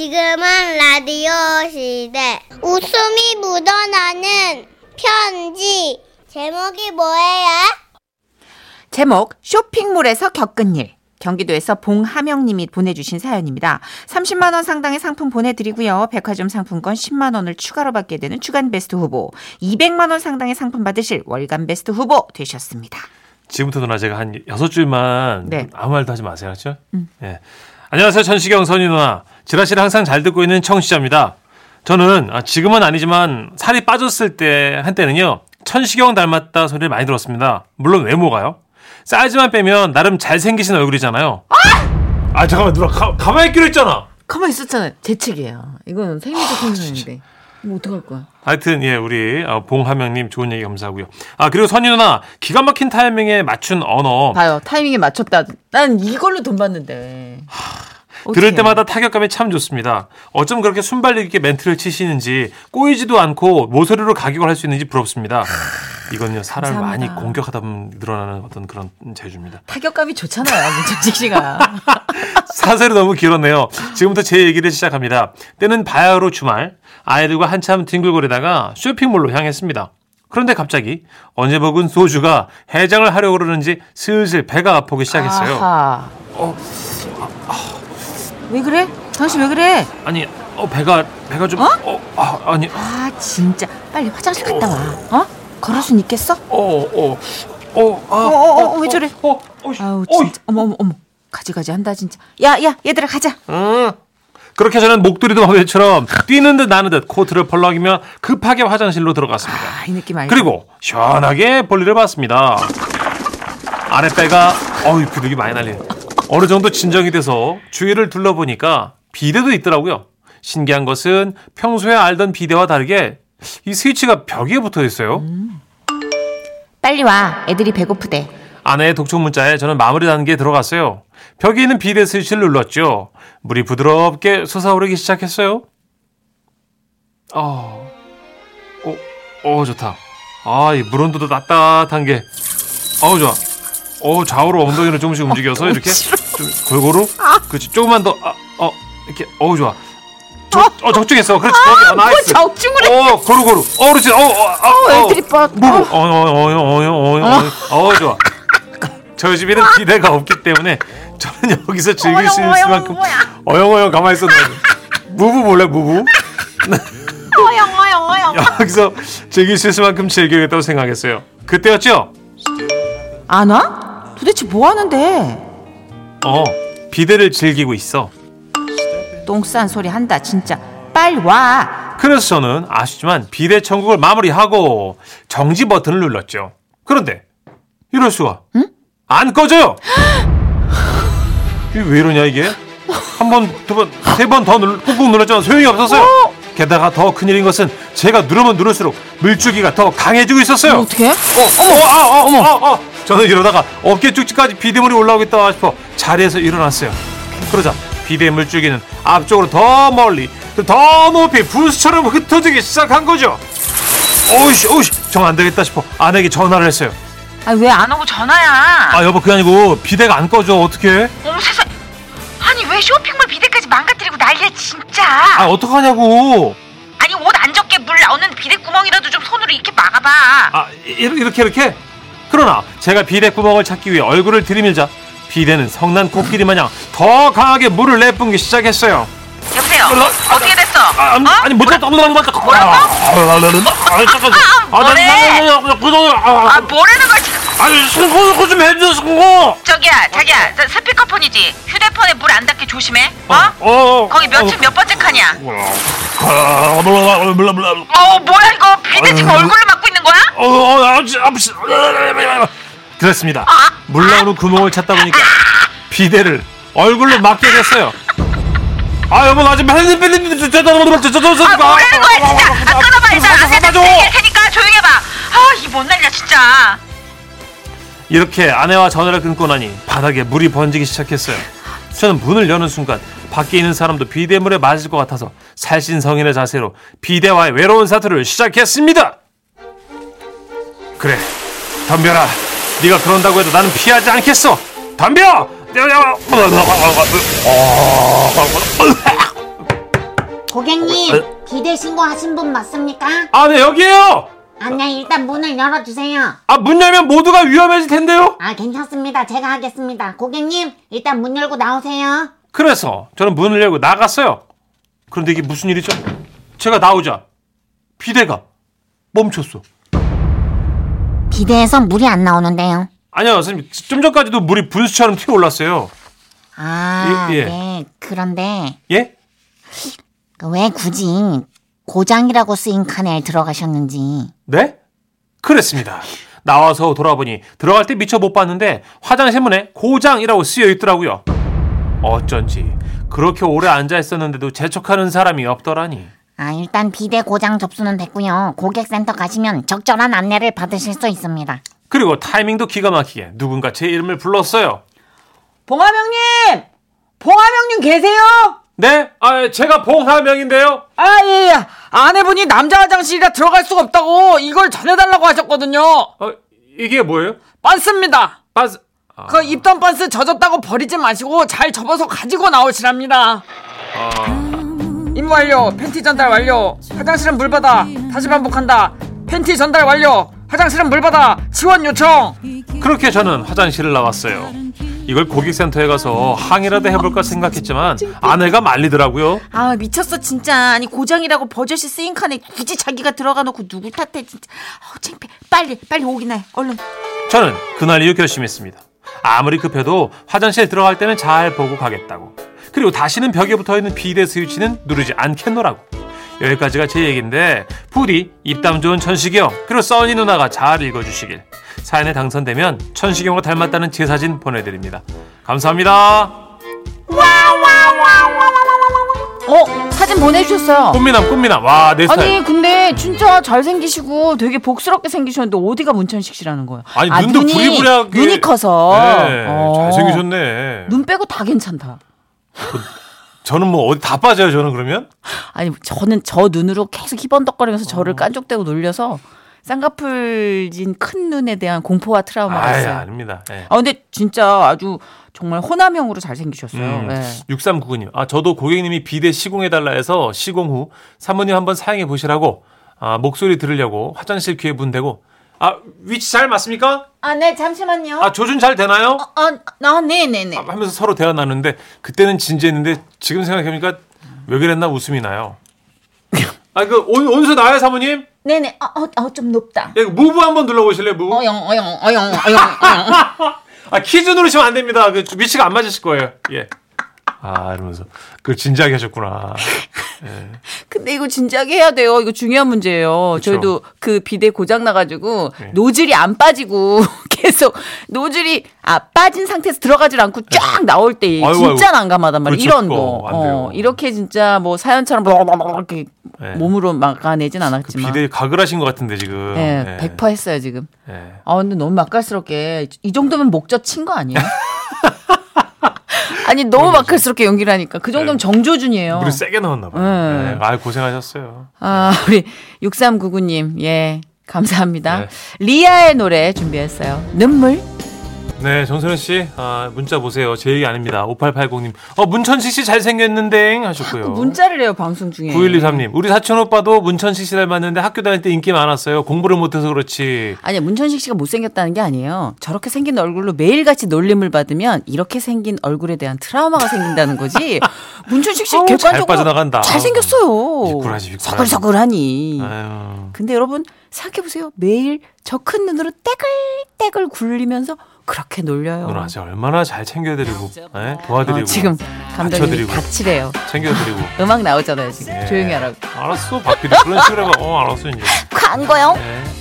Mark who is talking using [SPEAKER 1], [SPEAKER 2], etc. [SPEAKER 1] 지금은 라디오 시대. 웃음이 묻어나는 편지. 제목이 뭐예요?
[SPEAKER 2] 제목 쇼핑몰에서 겪은 일. 경기도에서 봉하명 님이 보내주신 사연입니다. 30만 원 상당의 상품 보내드리고요. 백화점 상품권 10만 원을 추가로 받게 되는 주간 베스트 후보, 200만 원 상당의 상품 받으실 월간 베스트 후보 되셨습니다.
[SPEAKER 3] 지금부터 누나 제가 한 여섯 줄만
[SPEAKER 2] 네.
[SPEAKER 3] 아무 말도 하지 마세요. 그렇죠? 예. 안녕하세요. 천시경 선희 누나. 지라시를 항상 잘 듣고 있는 청취자입니다. 저는 아, 지금은 아니지만 살이 빠졌을 때 한때는요. 천시경 닮았다 소리를 많이 들었습니다. 물론 외모가요. 사이즈만 빼면 나름 잘생기신 얼굴이잖아요. 아! 잠깐만 누나 가, 가만히 있기로 했잖아.
[SPEAKER 4] 가만히 있었잖아요. 재채기예요. 이건
[SPEAKER 3] 아,
[SPEAKER 4] 생리적 현상인데. 뭐 어떡할 거야?
[SPEAKER 3] 하여튼 예 우리 어, 봉하명님 좋은 얘기 감사하고요. 아 그리고 선희 누나 기가 막힌 타이밍에 맞춘 언어
[SPEAKER 4] 봐요. 타이밍에 맞췄다. 난 이걸로 돈 받는데.
[SPEAKER 3] 들을
[SPEAKER 4] 어떡해요.
[SPEAKER 3] 때마다 타격감이 참 좋습니다. 어쩜 그렇게 순발력 있게 멘트를 치시는지 꼬이지도 않고 모서리로 가격을 할 수 있는지 부럽습니다. 이건요 사람을 많이
[SPEAKER 4] 감사합니다.
[SPEAKER 3] 공격하다 보면 늘어나는 어떤 그런 재주입니다.
[SPEAKER 4] 타격감이 좋잖아요. 문천식 씨가.
[SPEAKER 3] 사설이 너무 길었네요. 지금부터 제 얘기를 시작합니다. 때는 바야흐로 주말 아이들과 한참 뒹굴거리다가 쇼핑몰로 향했습니다. 그런데 갑자기 언제 먹은 소주가 해장을 하려고 그러는지 슬슬 배가 아프기 시작했어요.
[SPEAKER 4] 아하. 왜 그래? 당신 왜 그래?
[SPEAKER 3] 아니 어, 배가 배가 좀 어? 아, 아니
[SPEAKER 4] 아 진짜 빨리 화장실 갔다 와. 어? 걸을 순 있겠어?
[SPEAKER 3] 어어어아어왜 어, 아,
[SPEAKER 4] 어, 어, 왜 저래?
[SPEAKER 3] 어, 어, 어,
[SPEAKER 4] 아우
[SPEAKER 3] 어이.
[SPEAKER 4] 진짜. 어머 어머 어머. 가지가지 한다 진짜. 야야 얘들아 가자.
[SPEAKER 3] 음. 그렇게 저는 목도리도 화배처럼 뛰는 듯 나는 듯 코트를 펄럭이며 급하게 화장실로 들어갔습니다.
[SPEAKER 4] 아 이 느낌 알죠?
[SPEAKER 3] 그리고 시원하게 볼일을 봤습니다. 아랫배가 어이 부득이 많이 날리네. 어느 정도 진정이 돼서 주위를 둘러보니까 비데도 있더라고요. 신기한 것은 평소에 알던 비데와 다르게 이 스위치가 벽에 붙어 있어요.
[SPEAKER 2] 빨리 와. 애들이 배고프대.
[SPEAKER 3] 아내의 독촉 문자에 저는 마무리 단계에 들어갔어요. 벽에 있는 비데 스위치를 눌렀죠. 물이 부드럽게 솟아오르기 시작했어요. 아, 오, 오 좋다. 아, 이 물온도도 따뜻한 게, 아우 좋아. 어 좌우로 엉덩이를 조금씩 움직여서 이렇게 좀 골고루, 그렇지 조금만 더, 아, 어 이렇게, 어우 좋아. 저, 어 적중했어. 그렇지. 아, 나이스.
[SPEAKER 4] 뭐 적중을
[SPEAKER 3] 어 고루 고루. 어 그렇지. 어어 어.
[SPEAKER 4] 애들이 뻗.
[SPEAKER 3] 뭐, 어, 어, 어, 어, 어, 어, 어, 어, 좋아. 아. 저희 집에는 비대가 없기 때문에 저는 여기서 즐길 수 있을 만큼 어영어영 가만히 있었는데 무부 볼래 무부? 어영어영 어영 여기서 즐길 수 있을 만큼 즐기겠다고 생각했어요. 그때였죠?
[SPEAKER 4] 안 와? 도대체 뭐 하는데?
[SPEAKER 3] 어 비대를 즐기고 있어.
[SPEAKER 2] 똥 싼 소리 한다 진짜. 빨리 와.
[SPEAKER 3] 그래서 저는 아쉽지만 비대 천국을 마무리하고 정지 버튼을 눌렀죠. 그런데 이럴 수가? 안 꺼져요. 이게 왜 이러냐 이게? 한 번, 두 번, 세 번 더 눌, 꾹꾹 눌렀지만 소용이 없었어요. 게다가 더 큰일인 것은 제가 누르면 누를수록 물줄기가 더 강해지고 있었어요.
[SPEAKER 4] 어떻게?
[SPEAKER 3] 어, 머 아, 아, 어머, 아, 아. 저는 이러다가 어깨 쭉지까지 비대물이 올라오겠다 싶어 자리에서 일어났어요. 그러자 비대물 줄기는 앞쪽으로 더 멀리, 또더 높이 부스처럼 흩어지기 시작한 거죠. 오우씨, 오우씨, 정 안 되겠다 싶어 아내에게 전화를 했어요.
[SPEAKER 2] 아 왜 안 오고 전화야?
[SPEAKER 3] 아 여보 그게 아니고 비대가 안 꺼져 어떻게?
[SPEAKER 2] 어머 세상. 아니 왜 쇼핑몰 비대까지 망가뜨리고 난리야 진짜.
[SPEAKER 3] 아 어떡하냐고.
[SPEAKER 2] 아니 옷 안 젖게 물 나오는 비대 구멍이라도 좀 손으로 이렇게 막아봐.
[SPEAKER 3] 아 이- 이렇게 이렇게. 그러나 제가 비대 구멍을 찾기 위해 얼굴을 들이밀자 비대는 성난 코끼리 마냥 더 강하게 물을 내뿜기 시작했어요.
[SPEAKER 2] 여보세요. 어떻게 됐어?
[SPEAKER 3] 아, 아니, 아니 못 잡다 너무 못 잡다 뭐라고? 아니 잠깐
[SPEAKER 2] 뭐래?
[SPEAKER 3] 아,
[SPEAKER 2] 아 뭐라는 거야 지금?
[SPEAKER 3] 아니 신고 좀 해줘 신고
[SPEAKER 2] 저기야 자기야 저 스피커폰이지. 휴대폰에 물 안 닿게 조심해. 어?
[SPEAKER 3] 어
[SPEAKER 2] 거기 며칠 몇 번째 칸이야?
[SPEAKER 3] 아, 몰라 몰라 몰라 몰라
[SPEAKER 2] 어 뭐야 이거 비대 지금
[SPEAKER 3] 아유.
[SPEAKER 2] 얼굴로 막고 있는 거야?
[SPEAKER 3] 어, 어, 아프지, 아프지. 그렇습니다. 물나오는 구멍을 찾다 보니까 비대를 얼굴로 맞게 됐어요. 아 여보 나 지금 핸드폰
[SPEAKER 2] 아
[SPEAKER 3] 저저저저저저저저
[SPEAKER 2] 뭐라는 거야 진짜. 아 끊어봐 일단. 안
[SPEAKER 3] 아,
[SPEAKER 2] 돼,
[SPEAKER 3] 줘
[SPEAKER 2] 얘기할 테니까 조용히 해봐. 아이못 날려 진짜.
[SPEAKER 3] 이렇게 아내와 전화를 끊고 나니 바닥에 물이 번지기 시작했어요. 저는 문을 여는 순간 밖에 있는 사람도 비대물에 맞을 것 같아서 살신성인의 자세로 비대와의 외로운 사투를 시작했습니다. 그래, 덤벼라. 네가 그런다고 해도 나는 피하지 않겠어. 어. 덤벼! 어,
[SPEAKER 5] 고객님, 기대 신고하신 분 맞습니까?
[SPEAKER 3] 아, 네, 여기에요!
[SPEAKER 5] 아, 네, 일단 문을 열어주세요.
[SPEAKER 3] 아, 문 열면 모두가 위험해질 텐데요?
[SPEAKER 5] 아, 괜찮습니다. 제가 하겠습니다. 고객님, 일단 문 열고 나오세요.
[SPEAKER 3] 그래서 저는 문을 열고 나갔어요. 그런데 이게 무슨 일이죠? 제가 나오자 비대가 멈췄어.
[SPEAKER 5] 비대에서 물이 안 나오는데요.
[SPEAKER 3] 아니요, 선생님. 좀 전까지도 물이 분수처럼 튀어 올랐어요.
[SPEAKER 5] 아,
[SPEAKER 3] 예, 예.
[SPEAKER 5] 네. 그런데 그러니까
[SPEAKER 3] 예?
[SPEAKER 5] 왜 굳이 고장이라고 쓰인 칸에 들어가셨는지.
[SPEAKER 3] 네? 그랬습니다. 나와서 돌아보니 들어갈 때 미처 못 봤는데 화장실 문에 고장이라고 쓰여 있더라고요. 어쩐지 그렇게 오래 앉아 있었는데도 재촉하는 사람이 없더라니.
[SPEAKER 5] 아, 일단 비대 고장 접수는 됐고요. 고객센터 가시면 적절한 안내를 받으실 수 있습니다.
[SPEAKER 3] 그리고 타이밍도 기가 막히게 누군가 제 이름을 불렀어요.
[SPEAKER 4] 봉하명님! 봉하명님 계세요?
[SPEAKER 3] 네? 아, 제가 봉하명인데요.
[SPEAKER 4] 아, 예, 예. 아내분이 남자 화장실이라 들어갈 수가 없다고 이걸 전해달라고 하셨거든요.
[SPEAKER 3] 어, 이게 뭐예요?
[SPEAKER 4] 빤스입니다.
[SPEAKER 3] 빠스
[SPEAKER 4] 그 입던 빤스 젖었다고 버리지 마시고 잘 접어서 가지고 나오시랍니다. 임무 완료. 팬티 전달 완료. 화장실은 물 받아. 다시 반복한다. 팬티 전달 완료. 화장실은 물 받아. 지원 요청.
[SPEAKER 3] 그렇게 저는 화장실을 나왔어요. 이걸 고객센터에 가서 항의라도 해볼까 생각했지만 아내가 말리더라고요.
[SPEAKER 2] 아 미쳤어 진짜 아니 고장이라고 버젓이 쓰인 칸에 굳이 자기가 들어가 놓고 누굴 탓해 진짜 아우 창피해 빨리 빨리 오긴 해 얼른
[SPEAKER 3] 저는 그날 이후 결심했습니다. 아무리 급해도 화장실 들어갈 때는 잘 보고 가겠다고. 그리고 다시는 벽에 붙어있는 비대 스위치는 누르지 않겠노라고. 여기까지가 제 얘기인데 부디 입담 좋은 천식이 형 그리고 써니 누나가 잘 읽어주시길. 사연에 당선되면 천식이 형과 닮았다는 제 사진 보내드립니다. 감사합니다.
[SPEAKER 4] 어, 사진 보내주셨어요.
[SPEAKER 3] 꽃미남 꽃미남 와 내 스타일.
[SPEAKER 4] 아니 근데 진짜 잘생기시고 되게 복스럽게 생기셨는데 어디가 문천식 씨라는 거예요?
[SPEAKER 3] 아니
[SPEAKER 4] 아,
[SPEAKER 3] 눈도
[SPEAKER 4] 눈이-
[SPEAKER 3] 부리부리하게
[SPEAKER 4] 눈이 커서
[SPEAKER 3] 네,
[SPEAKER 4] 어.
[SPEAKER 3] 잘생기셨네
[SPEAKER 4] 눈 빼고 다 괜찮다.
[SPEAKER 3] 저는 뭐 어디 다 빠져요 저는 그러면
[SPEAKER 4] 아니 저는 저 눈으로 계속
[SPEAKER 3] 어.
[SPEAKER 4] 희번덕거리면서 저를 깐족대고 놀려서 쌍꺼풀진 큰 눈에 대한 공포와 트라우마가
[SPEAKER 3] 아예
[SPEAKER 4] 있어요.
[SPEAKER 3] 아닙니다 예.
[SPEAKER 4] 아 근데 진짜 아주 정말 호남형으로 잘생기셨어요.
[SPEAKER 3] 음,
[SPEAKER 4] 예.
[SPEAKER 3] 6399님 아 저도 고객님이 비대 시공해달라 해서 시공 후 사모님 한번 사용해 보시라고 아 목소리 들으려고 화장실 귀에 문 대고 아 위치 잘 맞습니까?
[SPEAKER 2] 아 네 잠시만요
[SPEAKER 3] 아 조준 잘 되나요?
[SPEAKER 2] 아 네네네
[SPEAKER 3] 아, 하면서 서로 대화 나누는데 그때는 진지했는데 지금 생각해보니까 왜 그랬나 웃음이 나요 아그 온수 나요 사모님?
[SPEAKER 2] 네네 어좀 높다
[SPEAKER 3] 예, 무브 한번 눌러보실래요 무브?
[SPEAKER 2] 어영 예. 어영 어영 어영
[SPEAKER 3] 아 퀴즈 누르시면 안 됩니다. 그 위치가 안 맞으실 거예요. 예. 아 이러면서 그 진지하게 하셨구나.
[SPEAKER 4] 근데 이거 진지하게 해야 돼요. 이거 중요한 문제예요.
[SPEAKER 3] 그쵸. 네.
[SPEAKER 4] 저희도 그 비대 고장 나가지고 노즐이 안 빠지고 계속 노즐이 아 빠진 상태에서 들어가질 않고 쫙 나올 때
[SPEAKER 3] 네. 아이고,
[SPEAKER 4] 진짜
[SPEAKER 3] 아이고.
[SPEAKER 4] 난감하단 말이에요.
[SPEAKER 3] 그렇죠.
[SPEAKER 4] 이런 거.
[SPEAKER 3] 어, 안 돼요.
[SPEAKER 4] 어, 이렇게 진짜 뭐 사연처럼 이렇게
[SPEAKER 3] 네.
[SPEAKER 4] 몸으로 막아내진
[SPEAKER 3] 그
[SPEAKER 4] 않았지만.
[SPEAKER 3] 비대 가글하신 것 같은데 지금.
[SPEAKER 4] 예,
[SPEAKER 3] 예.
[SPEAKER 4] 100% 했어요, 지금.
[SPEAKER 3] 예.
[SPEAKER 4] 아, 근데 너무 맛깔스럽게. 이 정도면 목젖 친 거 아니에요? 아니, 너무 맛깔스럽게 연기를 하니까. 그 정도면
[SPEAKER 3] 그러니까. 네.
[SPEAKER 4] 정조준이에요.
[SPEAKER 3] 물이 세게 나왔나 봐요.
[SPEAKER 4] 네.
[SPEAKER 3] 예. 아 고생하셨어요.
[SPEAKER 4] 아, 우리 6399님, 예. 감사합니다.
[SPEAKER 3] 네.
[SPEAKER 4] 리아의 노래 준비했어요. 눈물?
[SPEAKER 3] 네, 정선우 씨, 아, 문자 보세요. 제 얘기 아닙니다. 5880님, 어 문천식 씨 잘생겼는데 하셨고요.
[SPEAKER 4] 문자를 해요, 방송 중에.
[SPEAKER 3] 9123님, 우리 사촌 오빠도 문천식 씨 닮았는데 학교 다닐 때 인기 많았어요. 공부를 못해서 그렇지.
[SPEAKER 4] 아니, 문천식 씨가 못생겼다는 게 아니에요. 저렇게 생긴 얼굴로 매일같이 놀림을 받으면 이렇게 생긴 얼굴에 대한 트라우마가 생긴다는 거지. 문천식 씨
[SPEAKER 3] 아우, 잘
[SPEAKER 4] 객관적으로
[SPEAKER 3] 빠져나간다.
[SPEAKER 4] 잘생겼어요.
[SPEAKER 3] 미꾸라지, 미꾸라지. 네.
[SPEAKER 4] 서글서글하니.
[SPEAKER 3] 아유.
[SPEAKER 4] 근데 여러분 생각해보세요. 매일 저 큰 눈으로 떼글떼글 굴리면서 그렇게 놀려요.
[SPEAKER 3] 누나 진짜 얼마나 잘 챙겨드리고 예? 도와드리고 뭐
[SPEAKER 4] 어, 지금 감독님
[SPEAKER 3] 받쳐드리고.
[SPEAKER 4] 닥치래요.
[SPEAKER 3] 챙겨드리고
[SPEAKER 4] 음악 나오잖아요 지금
[SPEAKER 3] 예.
[SPEAKER 4] 조용히 하라고
[SPEAKER 3] 알았어 박PD 그런 식으로 해봐 어 알았어 이제
[SPEAKER 5] 광고요.
[SPEAKER 3] 네.